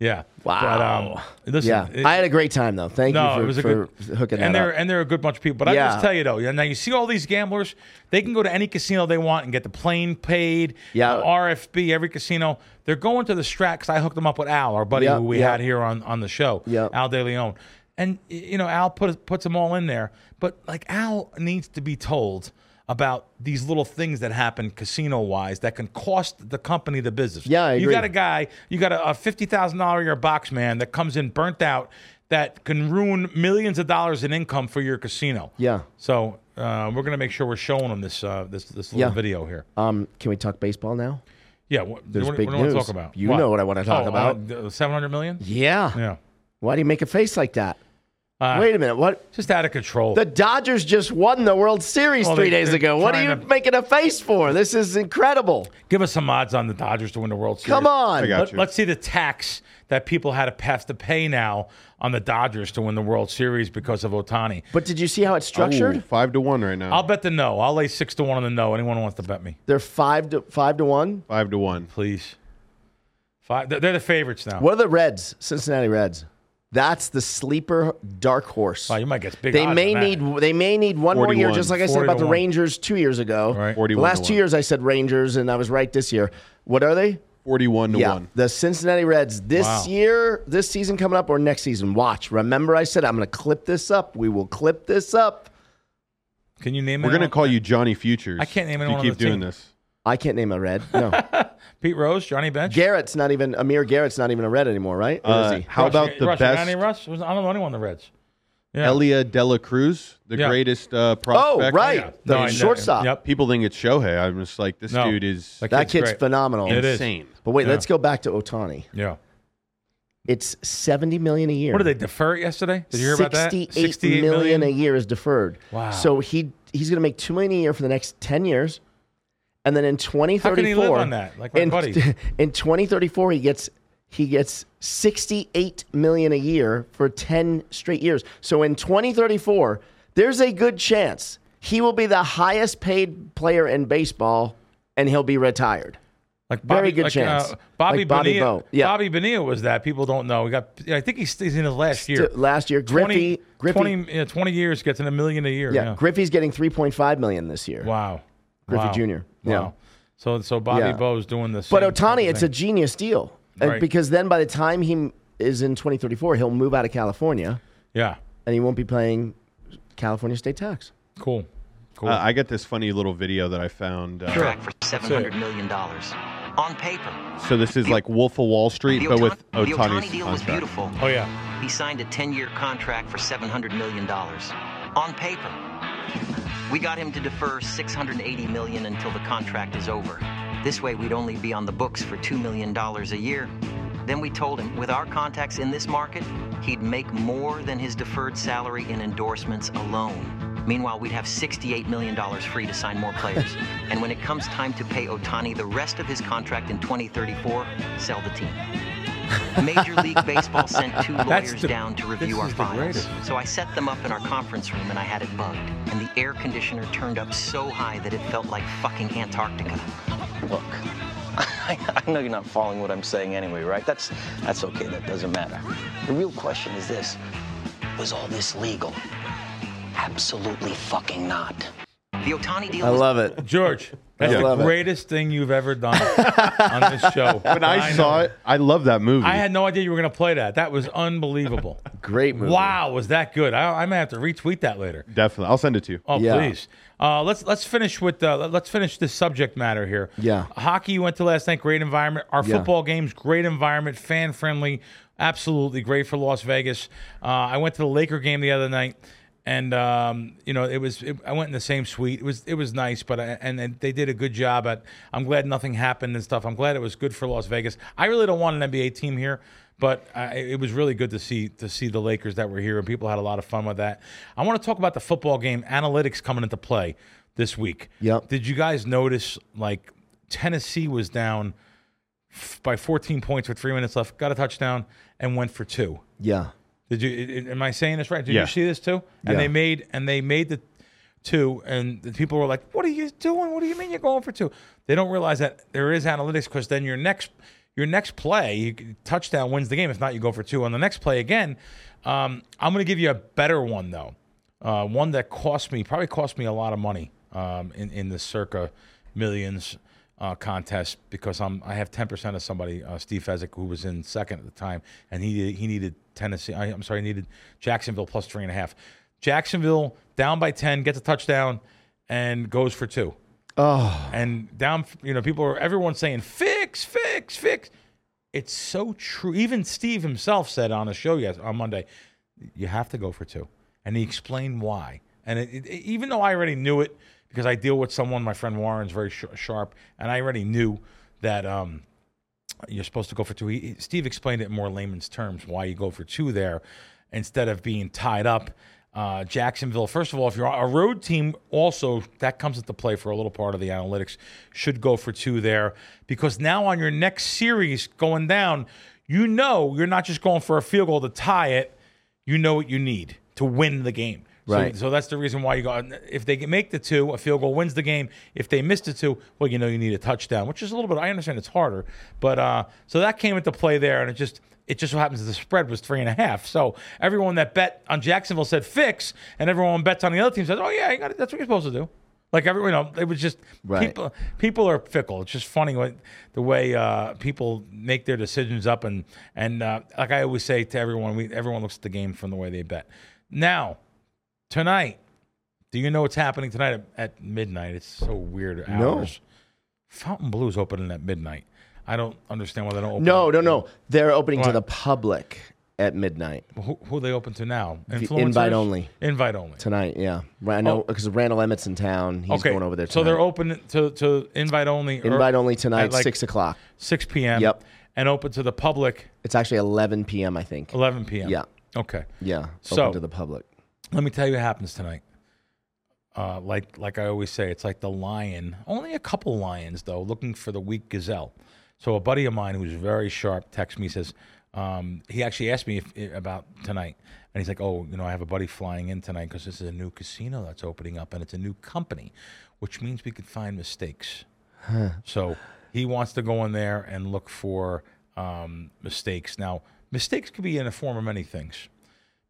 Yeah.
Wow.
But, um, listen,
Yeah,
it-
I had a great time though. Thank
no,
you for,
it was a
for
good
hooking that
and there
up.
and there are a good bunch of people. But I
Yeah.
just tell you though, now you see all these gamblers. They can go to any casino they want and get the plane paid. uh,
Yeah.
the RFB every casino. They're going to the Strat 'cause I hooked them up with Al, our buddy
Yeah,
who we
yeah.
had here on on the show.
Yeah.
Al De Leon. And y- you know Al put puts them all in there, but like Al needs to be told about these little things that happen casino wise that can cost the company the business.
Yeah, I
you
agree.
got a guy, you got a, a fifty thousand dollar a year box man that comes in burnt out that can ruin millions of dollars in income for your casino.
Yeah.
So uh, we're gonna make sure we're showing them this uh, this this little
Yeah.
video here.
Um, can we talk baseball now?
Yeah. What,
There's
what,
big
what do you
news.
want to talk about?
You know what I wanna talk about.
Seven hundred million.
Yeah.
Yeah.
Why do you make a face like that?
Uh,
Wait a minute. What?
Just out of control.
The Dodgers just won the World Series
Well,
three
they-
days
they're
ago. What are
trying
you
to-
making a face for? This is incredible.
Give us some odds on the Dodgers to win the World Series.
Come on.
I got
Let,
you.
us see the tax that people had to have to pay now on the Dodgers to win the World Series because of Otani.
But did you see how it's structured?
Ooh, five to one right now.
I'll bet the no. I'll lay six to one on the no. Anyone who wants to bet me,
They're five to five to one.
five to one.
please. Five. They're they're the favorites now.
What are the Reds? Cincinnati Reds. That's the sleeper dark horse.
Wow, you might get big. odds
They
on
may
that.
need they may need one more year,
41,
just like I said
40
about
to
the
one.
Rangers two years ago.
Right.
The
41
last
to
two
one.
years I said Rangers, and I was right this year. What are they?
Forty-one to
yeah,
one.
the Cincinnati Reds this
Wow.
year, this season coming up or next season. Watch. Remember, I said I'm going to clip this up. We will clip this up.
Can you name?
We're gonna
anyone?
call you Johnny Futures.
I can't name
if
anyone
You
on
keep
the
doing
team.
this.
I can't name a red.
[LAUGHS]
No,
Pete Rose, Johnny Bench.
Garrett's not even Amir Garrett's not even a red anymore, right? Or is
Uh,
he?
how
Russ,
about the
Russ,
best?
Johnny Russ? Was- I don't know anyone on the Reds. Yeah.
Elia Dela Cruz, the
Yeah.
greatest uh,
Oh,
prospect.
right.
Yeah.
The
No, I know.
shortstop.
Yep.
People think it's Shohei. I'm just like, this
No.
dude is
Like-
That
Kid's
kid's
great.
phenomenal.
It is.
insane.
But wait,
Yeah.
let's go back to Otani.
Yeah.
It's 70 million a year.
What did they defer it yesterday? Did you hear about that?
68 million a year is deferred.
Wow.
So he he's going to make 2 million a year for the next 10 years. And then in 2034
How can he live on that? Like my
in,
buddy.
[LAUGHS] in 2034 he gets he gets 68 million a year for 10 straight years. So in 2034, there's a good chance he will be the highest paid player in baseball and he'll be retired.
Like Bobby,
Very good
like,
chance.
Uh, Bobby
Like Bobby
Bonilla.
Bo. Yeah.
Bobby Bonilla was that. People don't know. He got. I think he's, he's in his last year.
Last year Griffey
20,
Griffey
20, yeah, 20 years gets in a million a year.
yeah,
Yeah.
Griffey's getting 3.5 million this year.
wow.
Griffey
wow.
Jr.
Wow.
Yeah.
So so Bobby
Yeah.
Bo's doing this.
But Otani, it's a genius deal. And
Right.
Because then by the time he is in 2034, he'll move out of California
yeah.
and he won't be paying California state tax.
Cool. Cool.
Uh, I got this funny little video that I found. Uh,
Sure.
Track for seven hundred million dollars on paper.
So this is like Wolf of Wall Street,
The
but with
Ohtani- the
Otani's
Ohtani deal was
contract.
beautiful.
oh yeah.
He signed a ten-year contract for seven hundred million dollars on paper. We got him to defer six hundred eighty million until the contract is over. This way, we'd only be on the books for two million dollars a year. Then we told him, with our contacts in this market, he'd make more than his deferred salary in endorsements alone. Meanwhile, we'd have $68 million free to sign more players. and when it comes time to pay Otani the rest of his contract in 2034, sell the team. Major League Baseball sent two
[LAUGHS] That's
lawyers
the-
down to review
this
our
is the
files.
greatest.
So I set them up in our conference room and I had it bugged. And the air conditioner turned up so high that it felt like fucking Antarctica.
Look, [LAUGHS] I know you're not following what I'm saying anyway, right? That's that's okay. That doesn't matter. The real question is this: Was all this legal? Absolutely fucking not.
The Otani deal
I
was
love it.
George, that's
I love
the
it.
greatest thing you've
[LAUGHS]
ever done on this show.
When I, saw it, I love that movie.
I had no idea you were going to play that. That was unbelievable.
[LAUGHS] Great movie.
wow, was that good? I, I may have to retweet that later.
Definitely, I'll send it to you.
Oh,
Yeah.
please. Uh, let's let's finish with uh, let's finish this subject matter here.
Yeah.
hockey you went to last night. Great environment. Our
Yeah.
football games, great environment, fan friendly, absolutely great for Las Vegas. Uh, I went to the Laker game the other night, and um, you know it was it, I went in the same suite. It was it was nice, but I, and, and they did a good job. At I'm glad nothing happened and stuff. I'm glad it was good for Las Vegas. I really don't want an NBA team here. But uh, it it was really good to see to see the Lakers that were here, and people had a lot of fun with that. I want to talk about the football game analytics coming into play this week.
Yep.
Did you guys notice like Tennessee was down f- by 14 points with three minutes left, got a touchdown, and went for two?
Yeah.
Did you? i- i- Am I saying this right? Did
Yeah.
you see this too? And
Yeah.
they made and they made the two, and the people were like, "What are you doing? What do you mean you're going for two? They don't realize that there is analytics because then your next your next play you, touchdown wins the game. If not, you go for two on the next play again. Um, I'm going to give you a better one though, uh, one that cost me probably cost me a lot of money um, in in the circa millions uh, contest because I'm I have 10% of somebody uh, Steve Fezzik who was in second at the time and he he needed Tennessee I, I'm sorry he needed Jacksonville plus three and a half Jacksonville down by 10 gets a touchdown and goes for two
Oh,
and down you know people are everyone's saying fix fix fix it's so true even Steve himself said on a show yes on Monday you have to go for two. And he explained why. And it, it, even though I already knew it, because I deal with someone, my friend Warren's very sh- sharp, and I already knew that um, you're supposed to go for two. He, he- Steve explained it in more layman's terms why you go for two there instead of being tied up. Uh, Jacksonville, first of all, if you're a road team, also that comes into play for a little part of the analytics, should go for two there because now on your next series going down, you know you're not just going for a field goal to tie it you know what you need to win the game. So-
Right.
So, that's the reason why you go. If they can make the two, a field goal wins the game. If they miss the two, well, you know you need a touchdown, which is a little bit. I understand it's harder, but uh, so that came into play there, and it just it just so happens that the spread was three and a half. So everyone that bet on Jacksonville said fix, and everyone bets on the other team says, oh yeah, you got it. that's what you're supposed to do. Like everyone, you know, it was just
Right.
people. People are fickle. It's just funny what the way uh, people make their decisions up and and uh, like I always say to everyone, we everyone looks at the game from the way they bet. Now, tonight, do you know what's happening tonight at, at midnight? It's so weird
No.
hours. Fountain Blue's opening at midnight. I don't understand why they don't open.
no, no, no. They're opening
Why?
to the public. at midnight
Who, who are they open to now? Influencers?
invite only.
Invite only.
tonight. Yeah, Right, I know because Randall Emmett's in town. He's
Oh. okay.
going over there. Tonight.
so they're open to, to invite only. or-
invite only
at
tonight,
like
six o'clock.
6 p.m.
Yep.
And open to the public
It's actually eleven p.m. I think.
11 p.m.
Yeah.
Okay.
Yeah,
So-
open to the public.
Let me tell you what happens tonight. Uh, like like I always say, it's like the lion. Only a couple lions though, looking for the weak gazelle. So a buddy of mine who's very sharp texts me says um, he actually asked me if, eh, about tonight, and he's like, "Oh, you know, I have a buddy flying in tonight because this is a new casino that's opening up, and it's a new company, which means we could find mistakes." So he wants to go in there and look for um, mistakes. Now, mistakes could be in the form of many things.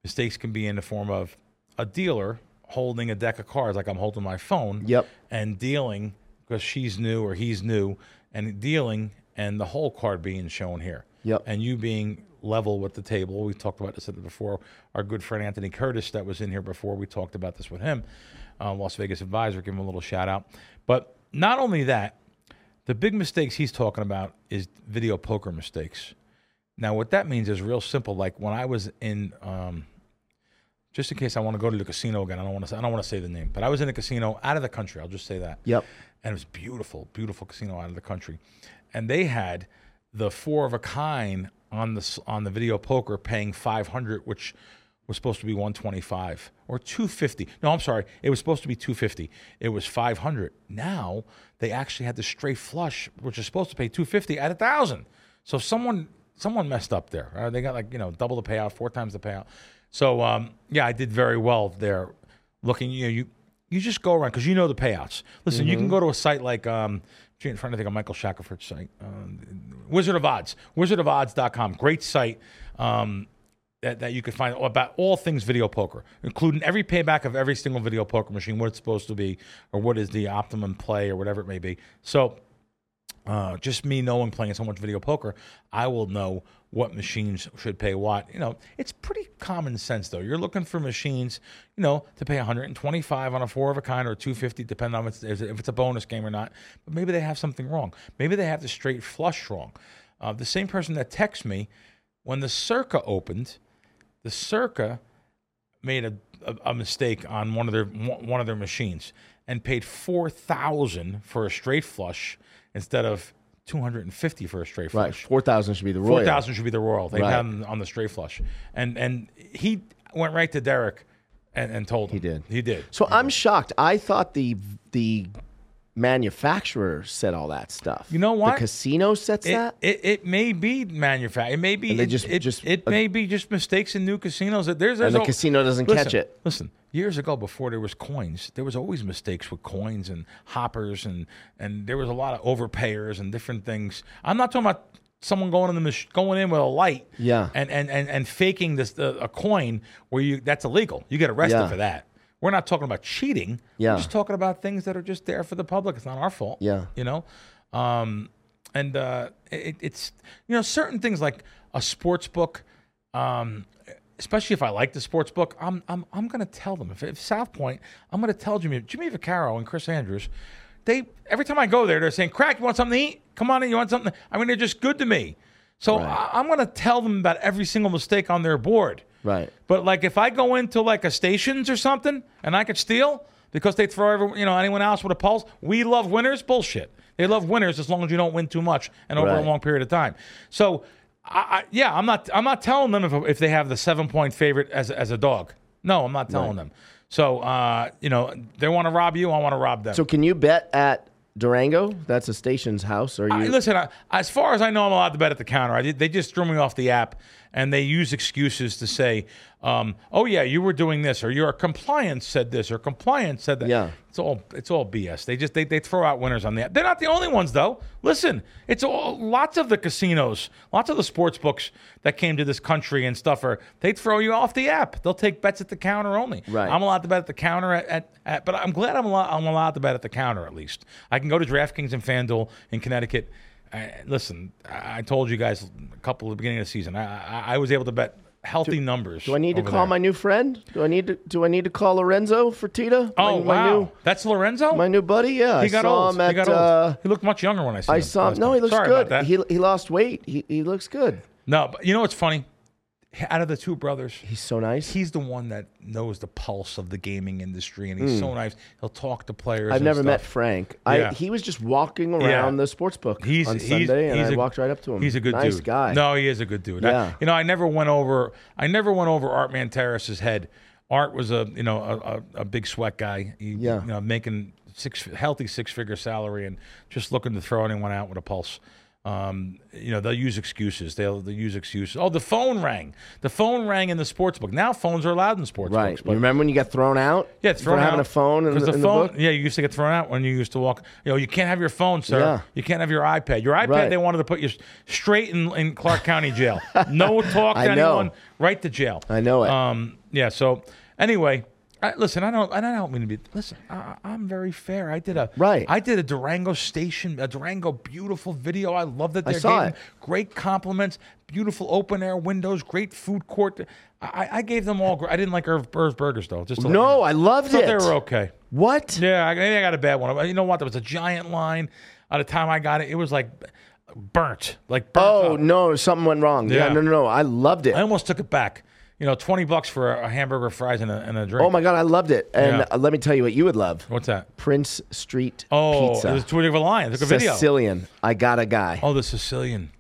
Mistakes can be in the form of a dealer holding a deck of cards, like I'm holding my phone.
Yep.
And dealing because she's new or he's new, and dealing and the whole card being shown here.
Yep.
And you being level with the table. We talked about this before. Our good friend Anthony Curtis, that was in here before, we talked about this with him. Uh, Las Vegas Advisor, give him a little shout out. But not only that, the big mistakes he's talking about is video poker mistakes. Now, what that means is real simple. Like when I was in, um, just in case I want to go to the casino again, I don't want to. I don't want to say the name, but I was in a casino out of the country. I'll just say that.
Yep.
And it was beautiful, beautiful casino out of the country, and they had the four of a kind on the s- on the video poker, paying five hundred, which was supposed to be one twenty five or two fifty. No, I'm sorry, it was supposed to be two fifty. It was five hundred. Now they actually had the straight flush, which is supposed to pay two fifty at a thousand. So someone someone messed up there. Uh, they got like you know double the payout, four times the payout. So um, yeah, I did very well there. Looking, you know, you you just go around because you know the payouts. Listen, you can go to a site like um, gee, I'm trying to think of Michael Shackelford's site, um, Wizard of Odds, WizardofOdds.com, great site. Um, that, that you could find about all things video poker, including every payback of every single video poker machine, what it's supposed to be, or what is the optimum play, or whatever it may be. So uh, just me knowing playing so much video poker, I will know what machines should pay what. You know, it's pretty common sense though. You're looking for machines, you know, to pay 125 on a four of a kind or 250, depending on if it's, if it's a bonus game or not. But maybe they have something wrong. Maybe they have the straight flush wrong. Uh, the same person that texted me when the Circa opened, the Circa made a, a, a mistake on one of their one of their machines and paid four thousand for a straight flush instead of two hundred and fifty for a straight
Right,
flush.
four thousand should be the royal.
Four thousand should be the royal. They
Right.
had him on the straight flush, and and he went right to Derek and, and told him he
did.
he did.
So I'm shocked. I thought the the manufacturer said all that stuff. You
know what?
The casino sets
It,
that.
it, it may be manufactured. It may be
And they
it,
just-
it,
just-
it may be just mistakes in new casinos. That there's, there's
the
al-
casino doesn't
Listen,
catch it.
Listen, years ago, before there was coins, there was always mistakes with coins and hoppers, and and there was a lot of overpayers and different things. I'm not talking about someone going in the mach- going in with a light,
Yeah.
and and and, and faking this uh, a coin where you that's illegal. You get arrested
Yeah.
for that. We're not talking about cheating.
Yeah.
We're just talking about things that are just there for the public. It's not our fault.
Yeah.
You know? Um, and uh, it, it's, you know, certain things like a sports book, um, especially if I like the sports book, I'm, I'm, I'm going to tell them. If, if South Point, I'm going to tell Jimmy, Jimmy Vaccaro and Chris Andrews, they, every time I go there, they're saying, Crack, you want something to eat? Come on in, you want something? I mean, they're just good to me. So I, I'm going to tell them about every single mistake on their board.
Right.
But like if I go into like a stations or something and I could steal because they throw everyone, you know, anyone else with a pulse, we love winners. Bullshit. They love winners as long as you don't win too much and over
Right.
a long period of time. So, I, I, yeah, I'm not I'm not telling them if, if they have the seven point favorite as as a dog. No, I'm not telling them. So, uh, you know, they want to rob you. I want to rob them.
So can you bet at Durango? That's a station's house. Or you?
I, listen, I, as far as I know, I'm allowed to bet at the counter. I, did- they just threw me off the app, and they use excuses to say, um, "Oh yeah, you were doing this," or "Your compliance said this," or "Compliance said that."
Yeah.
it's all it's all BS. They just they, they throw out winners on the app. They're not the only ones though. Listen, it's all lots of the casinos, lots of the sports books that came to this country and stuff are they throw you off the app. They'll take bets at the counter only.
Right.
I'm allowed to bet at the counter at, at, at but I'm glad I'm allowed, I'm allowed to bet at the counter at least. I can go to DraftKings and FanDuel in Connecticut. I, listen, I I told you guys a couple at the beginning of the season. I I, I was able to bet healthy numbers.
do I need to call my new friend? Do I need to? Do I need to call Lorenzo Fertitta?
Oh
my,
wow,
my new
that's Lorenzo.
my new buddy. Yeah,
He
I
got
saw
old.
him at.
he got old.
Uh,
he looked much younger when I saw him.
I saw him.
last
No,
time.
he looks
Sorry
good.
About that.
He he lost weight. He he looks good.
no, but you know what's funny? out of the two brothers,
He's so nice.
he's the one that knows the pulse of the gaming industry, and he's so nice. He'll talk to players.
Hmm. I've
and
never met
stuff.
Frank.
Yeah.
I, he was just walking around the sports book
He's
on
he's-
Sunday, and
he's
I
a-
walked right up to him.
He's a good
nice
dude.
guy.
No, he is a good dude. I-
Yeah.
you know, I never went over. I never went over Art Manteris's head. Art was a you know a, a, a big sweat guy. He,
Yeah.
You know, making six healthy six figure salary and just looking to throw anyone out with a pulse. Um, you know, they'll use excuses. They'll, they'll use excuses. Oh, the phone rang. The phone rang in the sports book. Now phones are allowed in sports
right.
books.
You remember when you got thrown out?
Yeah, it's thrown
for
out.
having a phone in,
'Cause
the, in the
phone,
book.
Yeah, you used to get thrown out when you used to walk. You know, you can't have your phone, sir.
Yeah.
You can't have your iPad. Your iPad,
Right.
they wanted to put you s- straight in, in Clark County Jail.
[LAUGHS]
No talk to
I know.
anyone. Right to jail.
I know it.
Um. Yeah. So anyway. I, listen, I don't. I don't mean to be. Listen, I, I'm very fair. I did a
Right.
I did a Durango station, a Durango beautiful video. I love that
I
they're
saw
getting
it.
great compliments, beautiful open air windows, great food court. I- I, I gave them all. gr- I didn't like Irv, Irv's Burgers though. Just to let you
No,
know.
I loved
thought
it.
They were okay.
What?
Yeah, I, maybe I got a bad one. You know what? There was a giant line. At the time I got it, it was like burnt, like burnt.
Oh
up.
no, something went wrong. Yeah.
Yeah.
no, no, no. I loved it.
I almost took it back. You know, twenty bucks for a, a hamburger, fries, and a, and a drink.
oh my god, I loved it. And
Yeah.
uh, let me tell you what you would love:
What's that?
Prince Street
Oh,
Pizza.
it was two different lines. I took a video.
Sicilian. I got a guy.
Oh, the Sicilian.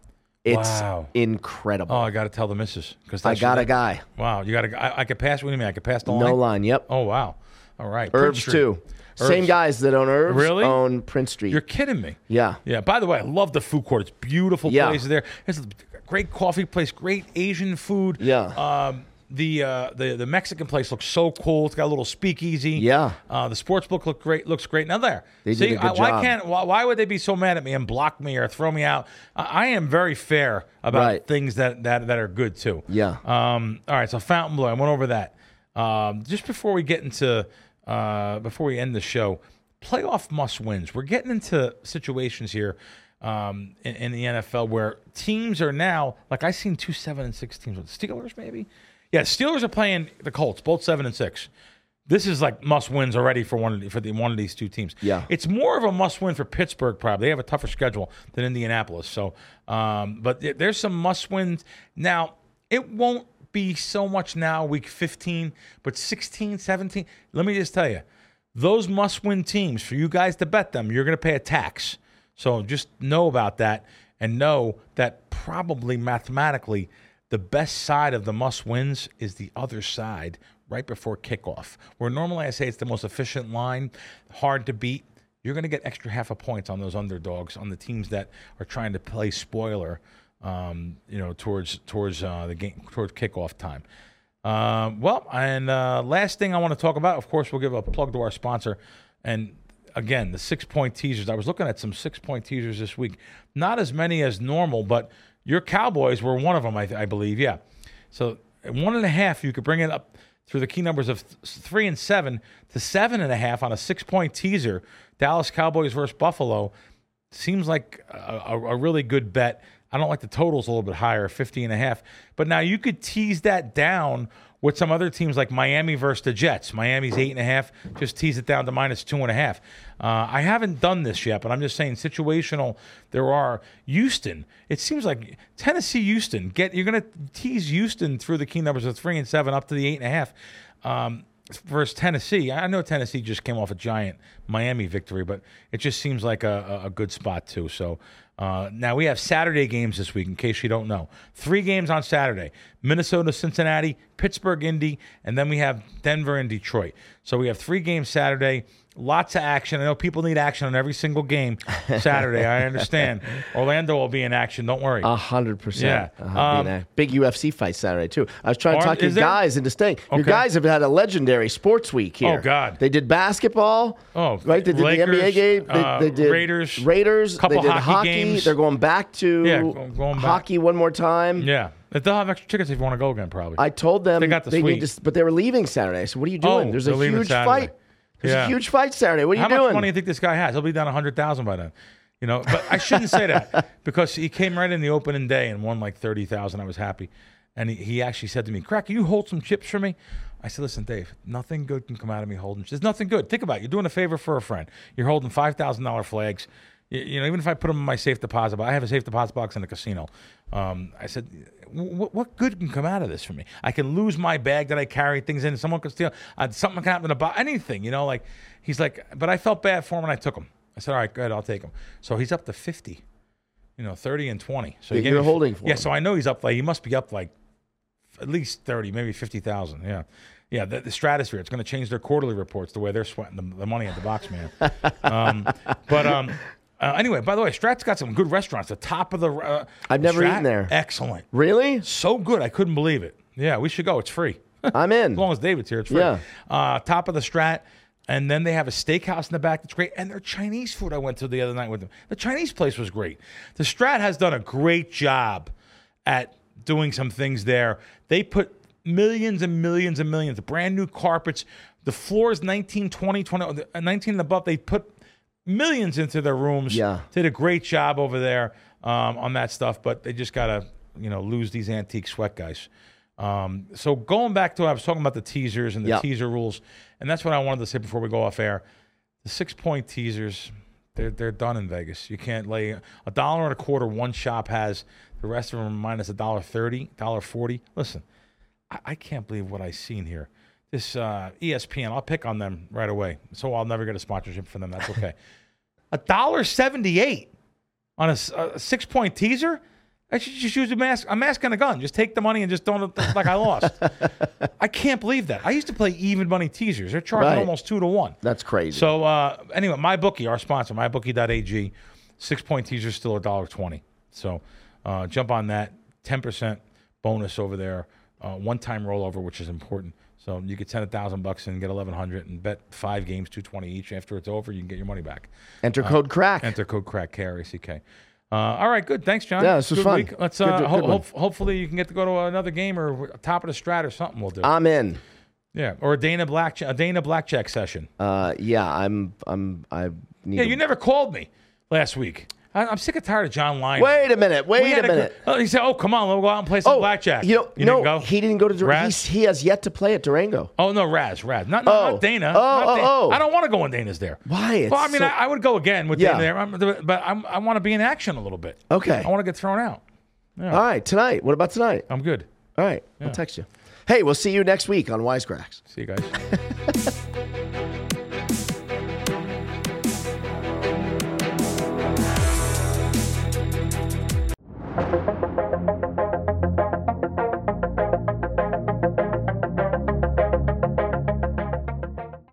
it's
wow.
incredible.
Oh, I got to tell the missus because
I got a guy.
Wow, you got to. I, I could pass. What do you mean? I could pass the line.
No line. Yep.
Oh wow. All right. Prince
Herbs
Street.
too.
Herbs.
Same guys that own Herbs
Really?
own Prince Street.
You're kidding me.
yeah.
Yeah. By the way, I love the food court. It's beautiful
Yeah.
places there. It's a great coffee place, great Asian food.
Yeah.
Um, the uh, the the Mexican place looks so cool. It's got a little speakeasy.
Yeah.
Uh, the sports book look great. Looks great. Now there.
They did
See,
a good
I, why
job.
can't? Why, why would they be so mad at me and block me or throw me out? I, I am very fair about
Right.
things that, that that are good too.
Yeah.
Um, all right, so Fontainebleau, I went over that. Um, just before we get into uh, before we end the show, playoff must wins. We're getting into situations here um, in, in the NFL where teams are now like I seen two seven and six teams with Steelers maybe. Yeah, Steelers are playing the Colts, both seven and six. This is like must wins already for one of the, for the, one of these two teams.
Yeah.
it's more of a must win for Pittsburgh. Probably they have a tougher schedule than Indianapolis. So, um, but there- there's some must wins now it won't be so much now week 15 but 16 17 let me just tell you those must win teams for you guys to bet them you're going to pay a tax so just know about that and know that probably mathematically the best side of the must wins is the other side right before kickoff where normally i say it's the most efficient line hard to beat you're going to get extra half a points on those underdogs on the teams that are trying to play spoiler um, you know, towards towards uh, the game towards kickoff time. Um, well, and uh, last thing I want to talk about, of course, we'll give a plug to our sponsor. And again, the six point teasers. I was looking at some six point teasers this week. Not as many as normal, but your Cowboys were one of them, I, I believe. Yeah. So at one and a half, you could bring it up through the key numbers of th- three and seven to seven and a half on a six point teaser. Dallas Cowboys versus Buffalo seems like a, a, a really good bet. I don't like the totals a little bit higher, 50 and a half. But now you could tease that down with some other teams like Miami versus the Jets. Miami's eight and a half. Just tease it down to minus two and a half. Uh, I haven't done this yet, but I'm just saying situational. There are Houston. It seems like Tennessee, Houston. Get you're going to tease Houston through the key numbers of three and seven up to the eight and a half. Um, versus Tennessee. I know Tennessee just came off a giant Miami victory, but it just seems like a, a- a good spot too. So uh, now we have Saturday games this week. In case you don't know, three games on Saturday: Minnesota, Cincinnati, Pittsburgh, Indy, and then we have Denver and Detroit. So we have three games Saturday. Lots of action. I know people need action on every single game Saturday. I understand. Orlando will be in action. Don't worry.
A hundred percent.
Yeah. um,
A hundred and a- Big UFC fight Saturday too. I was trying to
Are-
talk to you
is there-
guys into staying. You
Okay.
guys have had a legendary sports week here.
Oh, God.
They did basketball.
Oh,
right. They did
Lakers,
the NBA game. They,
uh,
they did
Raiders,
Raiders.
couple
they did
hockey
hockey.
games.
They're going back to
Yeah, go- going back.
hockey one more time.
yeah, they'll have extra tickets if you want to go again. Probably.
I told them
They got the
need
suite.
to, s- but they were leaving Saturday. So what are you doing?
Oh,
There's
they're
a
leaving
huge
Saturday.
fight. There's
Yeah.
a huge fight Saturday. What are
How
you
much
doing?
money do you think this guy has? He'll be down 100,000 by then. You know, but I shouldn't
[LAUGHS]
say that because he came right in the opening day and won like 30,000. I was happy. And he, he actually said to me, Crack, can you hold some chips for me? I said, Listen, Dave, nothing good can come out of me holding. There's nothing good. Think about it. You're doing a favor for a friend. You're holding $5,000 flags. y- you know, even if I put them in my safe deposit box, I have a safe deposit box in the casino. Um, I said, "Wh- what good can come out of this for me? I can lose my bag that I carry things in. Someone could steal. Uh, something can happen to buy anything, you know, like he's like, but I felt bad for him and I took him. I said, all right, good, I'll take him. So he's up to 50, you know, 30 and 20. So he
That
gave
you're
me-
holding for
Yeah,
him.
so I know he's up like, he must be up like at least 30, maybe 50,000. Yeah. Yeah, the, the stratosphere. It's going to change their quarterly reports the way they're sweating the, the money at the box, man.
[LAUGHS]
um, but um, uh, anyway, by the way, Strat's got some good restaurants. The top of the. Uh,
I've never
Strat,
eaten there.
Excellent.
Really?
So good. I couldn't believe it. Yeah, we should go. It's free. as
I'm in.
long as David's here, it's free.
Yeah.
Uh, top of the Strat. And then they have a steakhouse in the back that's great. And their Chinese food I went to the other night with them. The Chinese place was great. The Strat has done a great job at doing some things there. They put millions and millions and millions of brand new carpets. The floors 19, 20, 20, uh, 19 and above. They put millions into their rooms.
Yeah.
Did a great job over there um, on that stuff, but they just got to, you know, lose these antique sweat guys. Um, so going back to, I was talking about the teasers and the
Yeah.
teaser rules, and that's what I wanted to say before we go off air. The six point teasers, they're, they're done in Vegas. You can't lay a dollar and a quarter one shop has, the rest of them minus a dollar thirty, dollar forty. Listen, I, I can't believe what i seen here. This uh, ESPN, I'll pick on them right away. So I'll never get a sponsorship from them. That's okay. a dollar seventy-eight on a, s- a six-point teaser. I should just use a mask, a mask and a gun. Just take the money and just don't look like I lost. I can't believe that. I used to play even money teasers. They're charging
Right.
almost two to one.
That's crazy.
So uh, anyway, my bookie, our sponsor, mybookie.ag, six point teaser is still a dollar twenty. So uh, jump on that, ten percent bonus over there, uh, one time rollover, which is important. So you could send a thousand bucks and get eleven hundred, and bet five games, two twenty each. After it's over, you can get your money back.
Enter code crack.
Uh, Enter code crack K R A C K. Uh, all right, good. Thanks, John.
Yeah, this was
good
fun.
Week. Let's
Good-
uh,
good
ho-
one.
hope- hopefully you can get to go to another game or top of the strat or something. We'll do.
I'm in.
yeah, or a Dana Black a Dana Blackjack session.
Uh, yeah, I'm. I'm. I need.
Yeah,
to-
you never called me last week. I, I'm sick and tired of John Lyons.
Wait a minute. Wait
We had
a minute.
oh, he said, "Oh, come on, we'll go out and play some blackjack."
You know, no,
didn't go?
he didn't go to Durango.
Raz?
He's, he has yet to play at Durango.
Oh no, Raz, Raz, not, no,
Oh.
not Dana.
Oh,
not
oh,
Dana.
oh.
I don't want to go when Dana's there.
Why? It's
well, I mean,
so-
I, I would go again with
Yeah.
Dana there, I'm- but I'm, I want to be in action a little bit.
Okay.
I want to get thrown out.
All right, tonight. What about tonight?
I'm good.
All right, I'll text you. Hey, we'll see you next week on Wisecracks.
See you guys.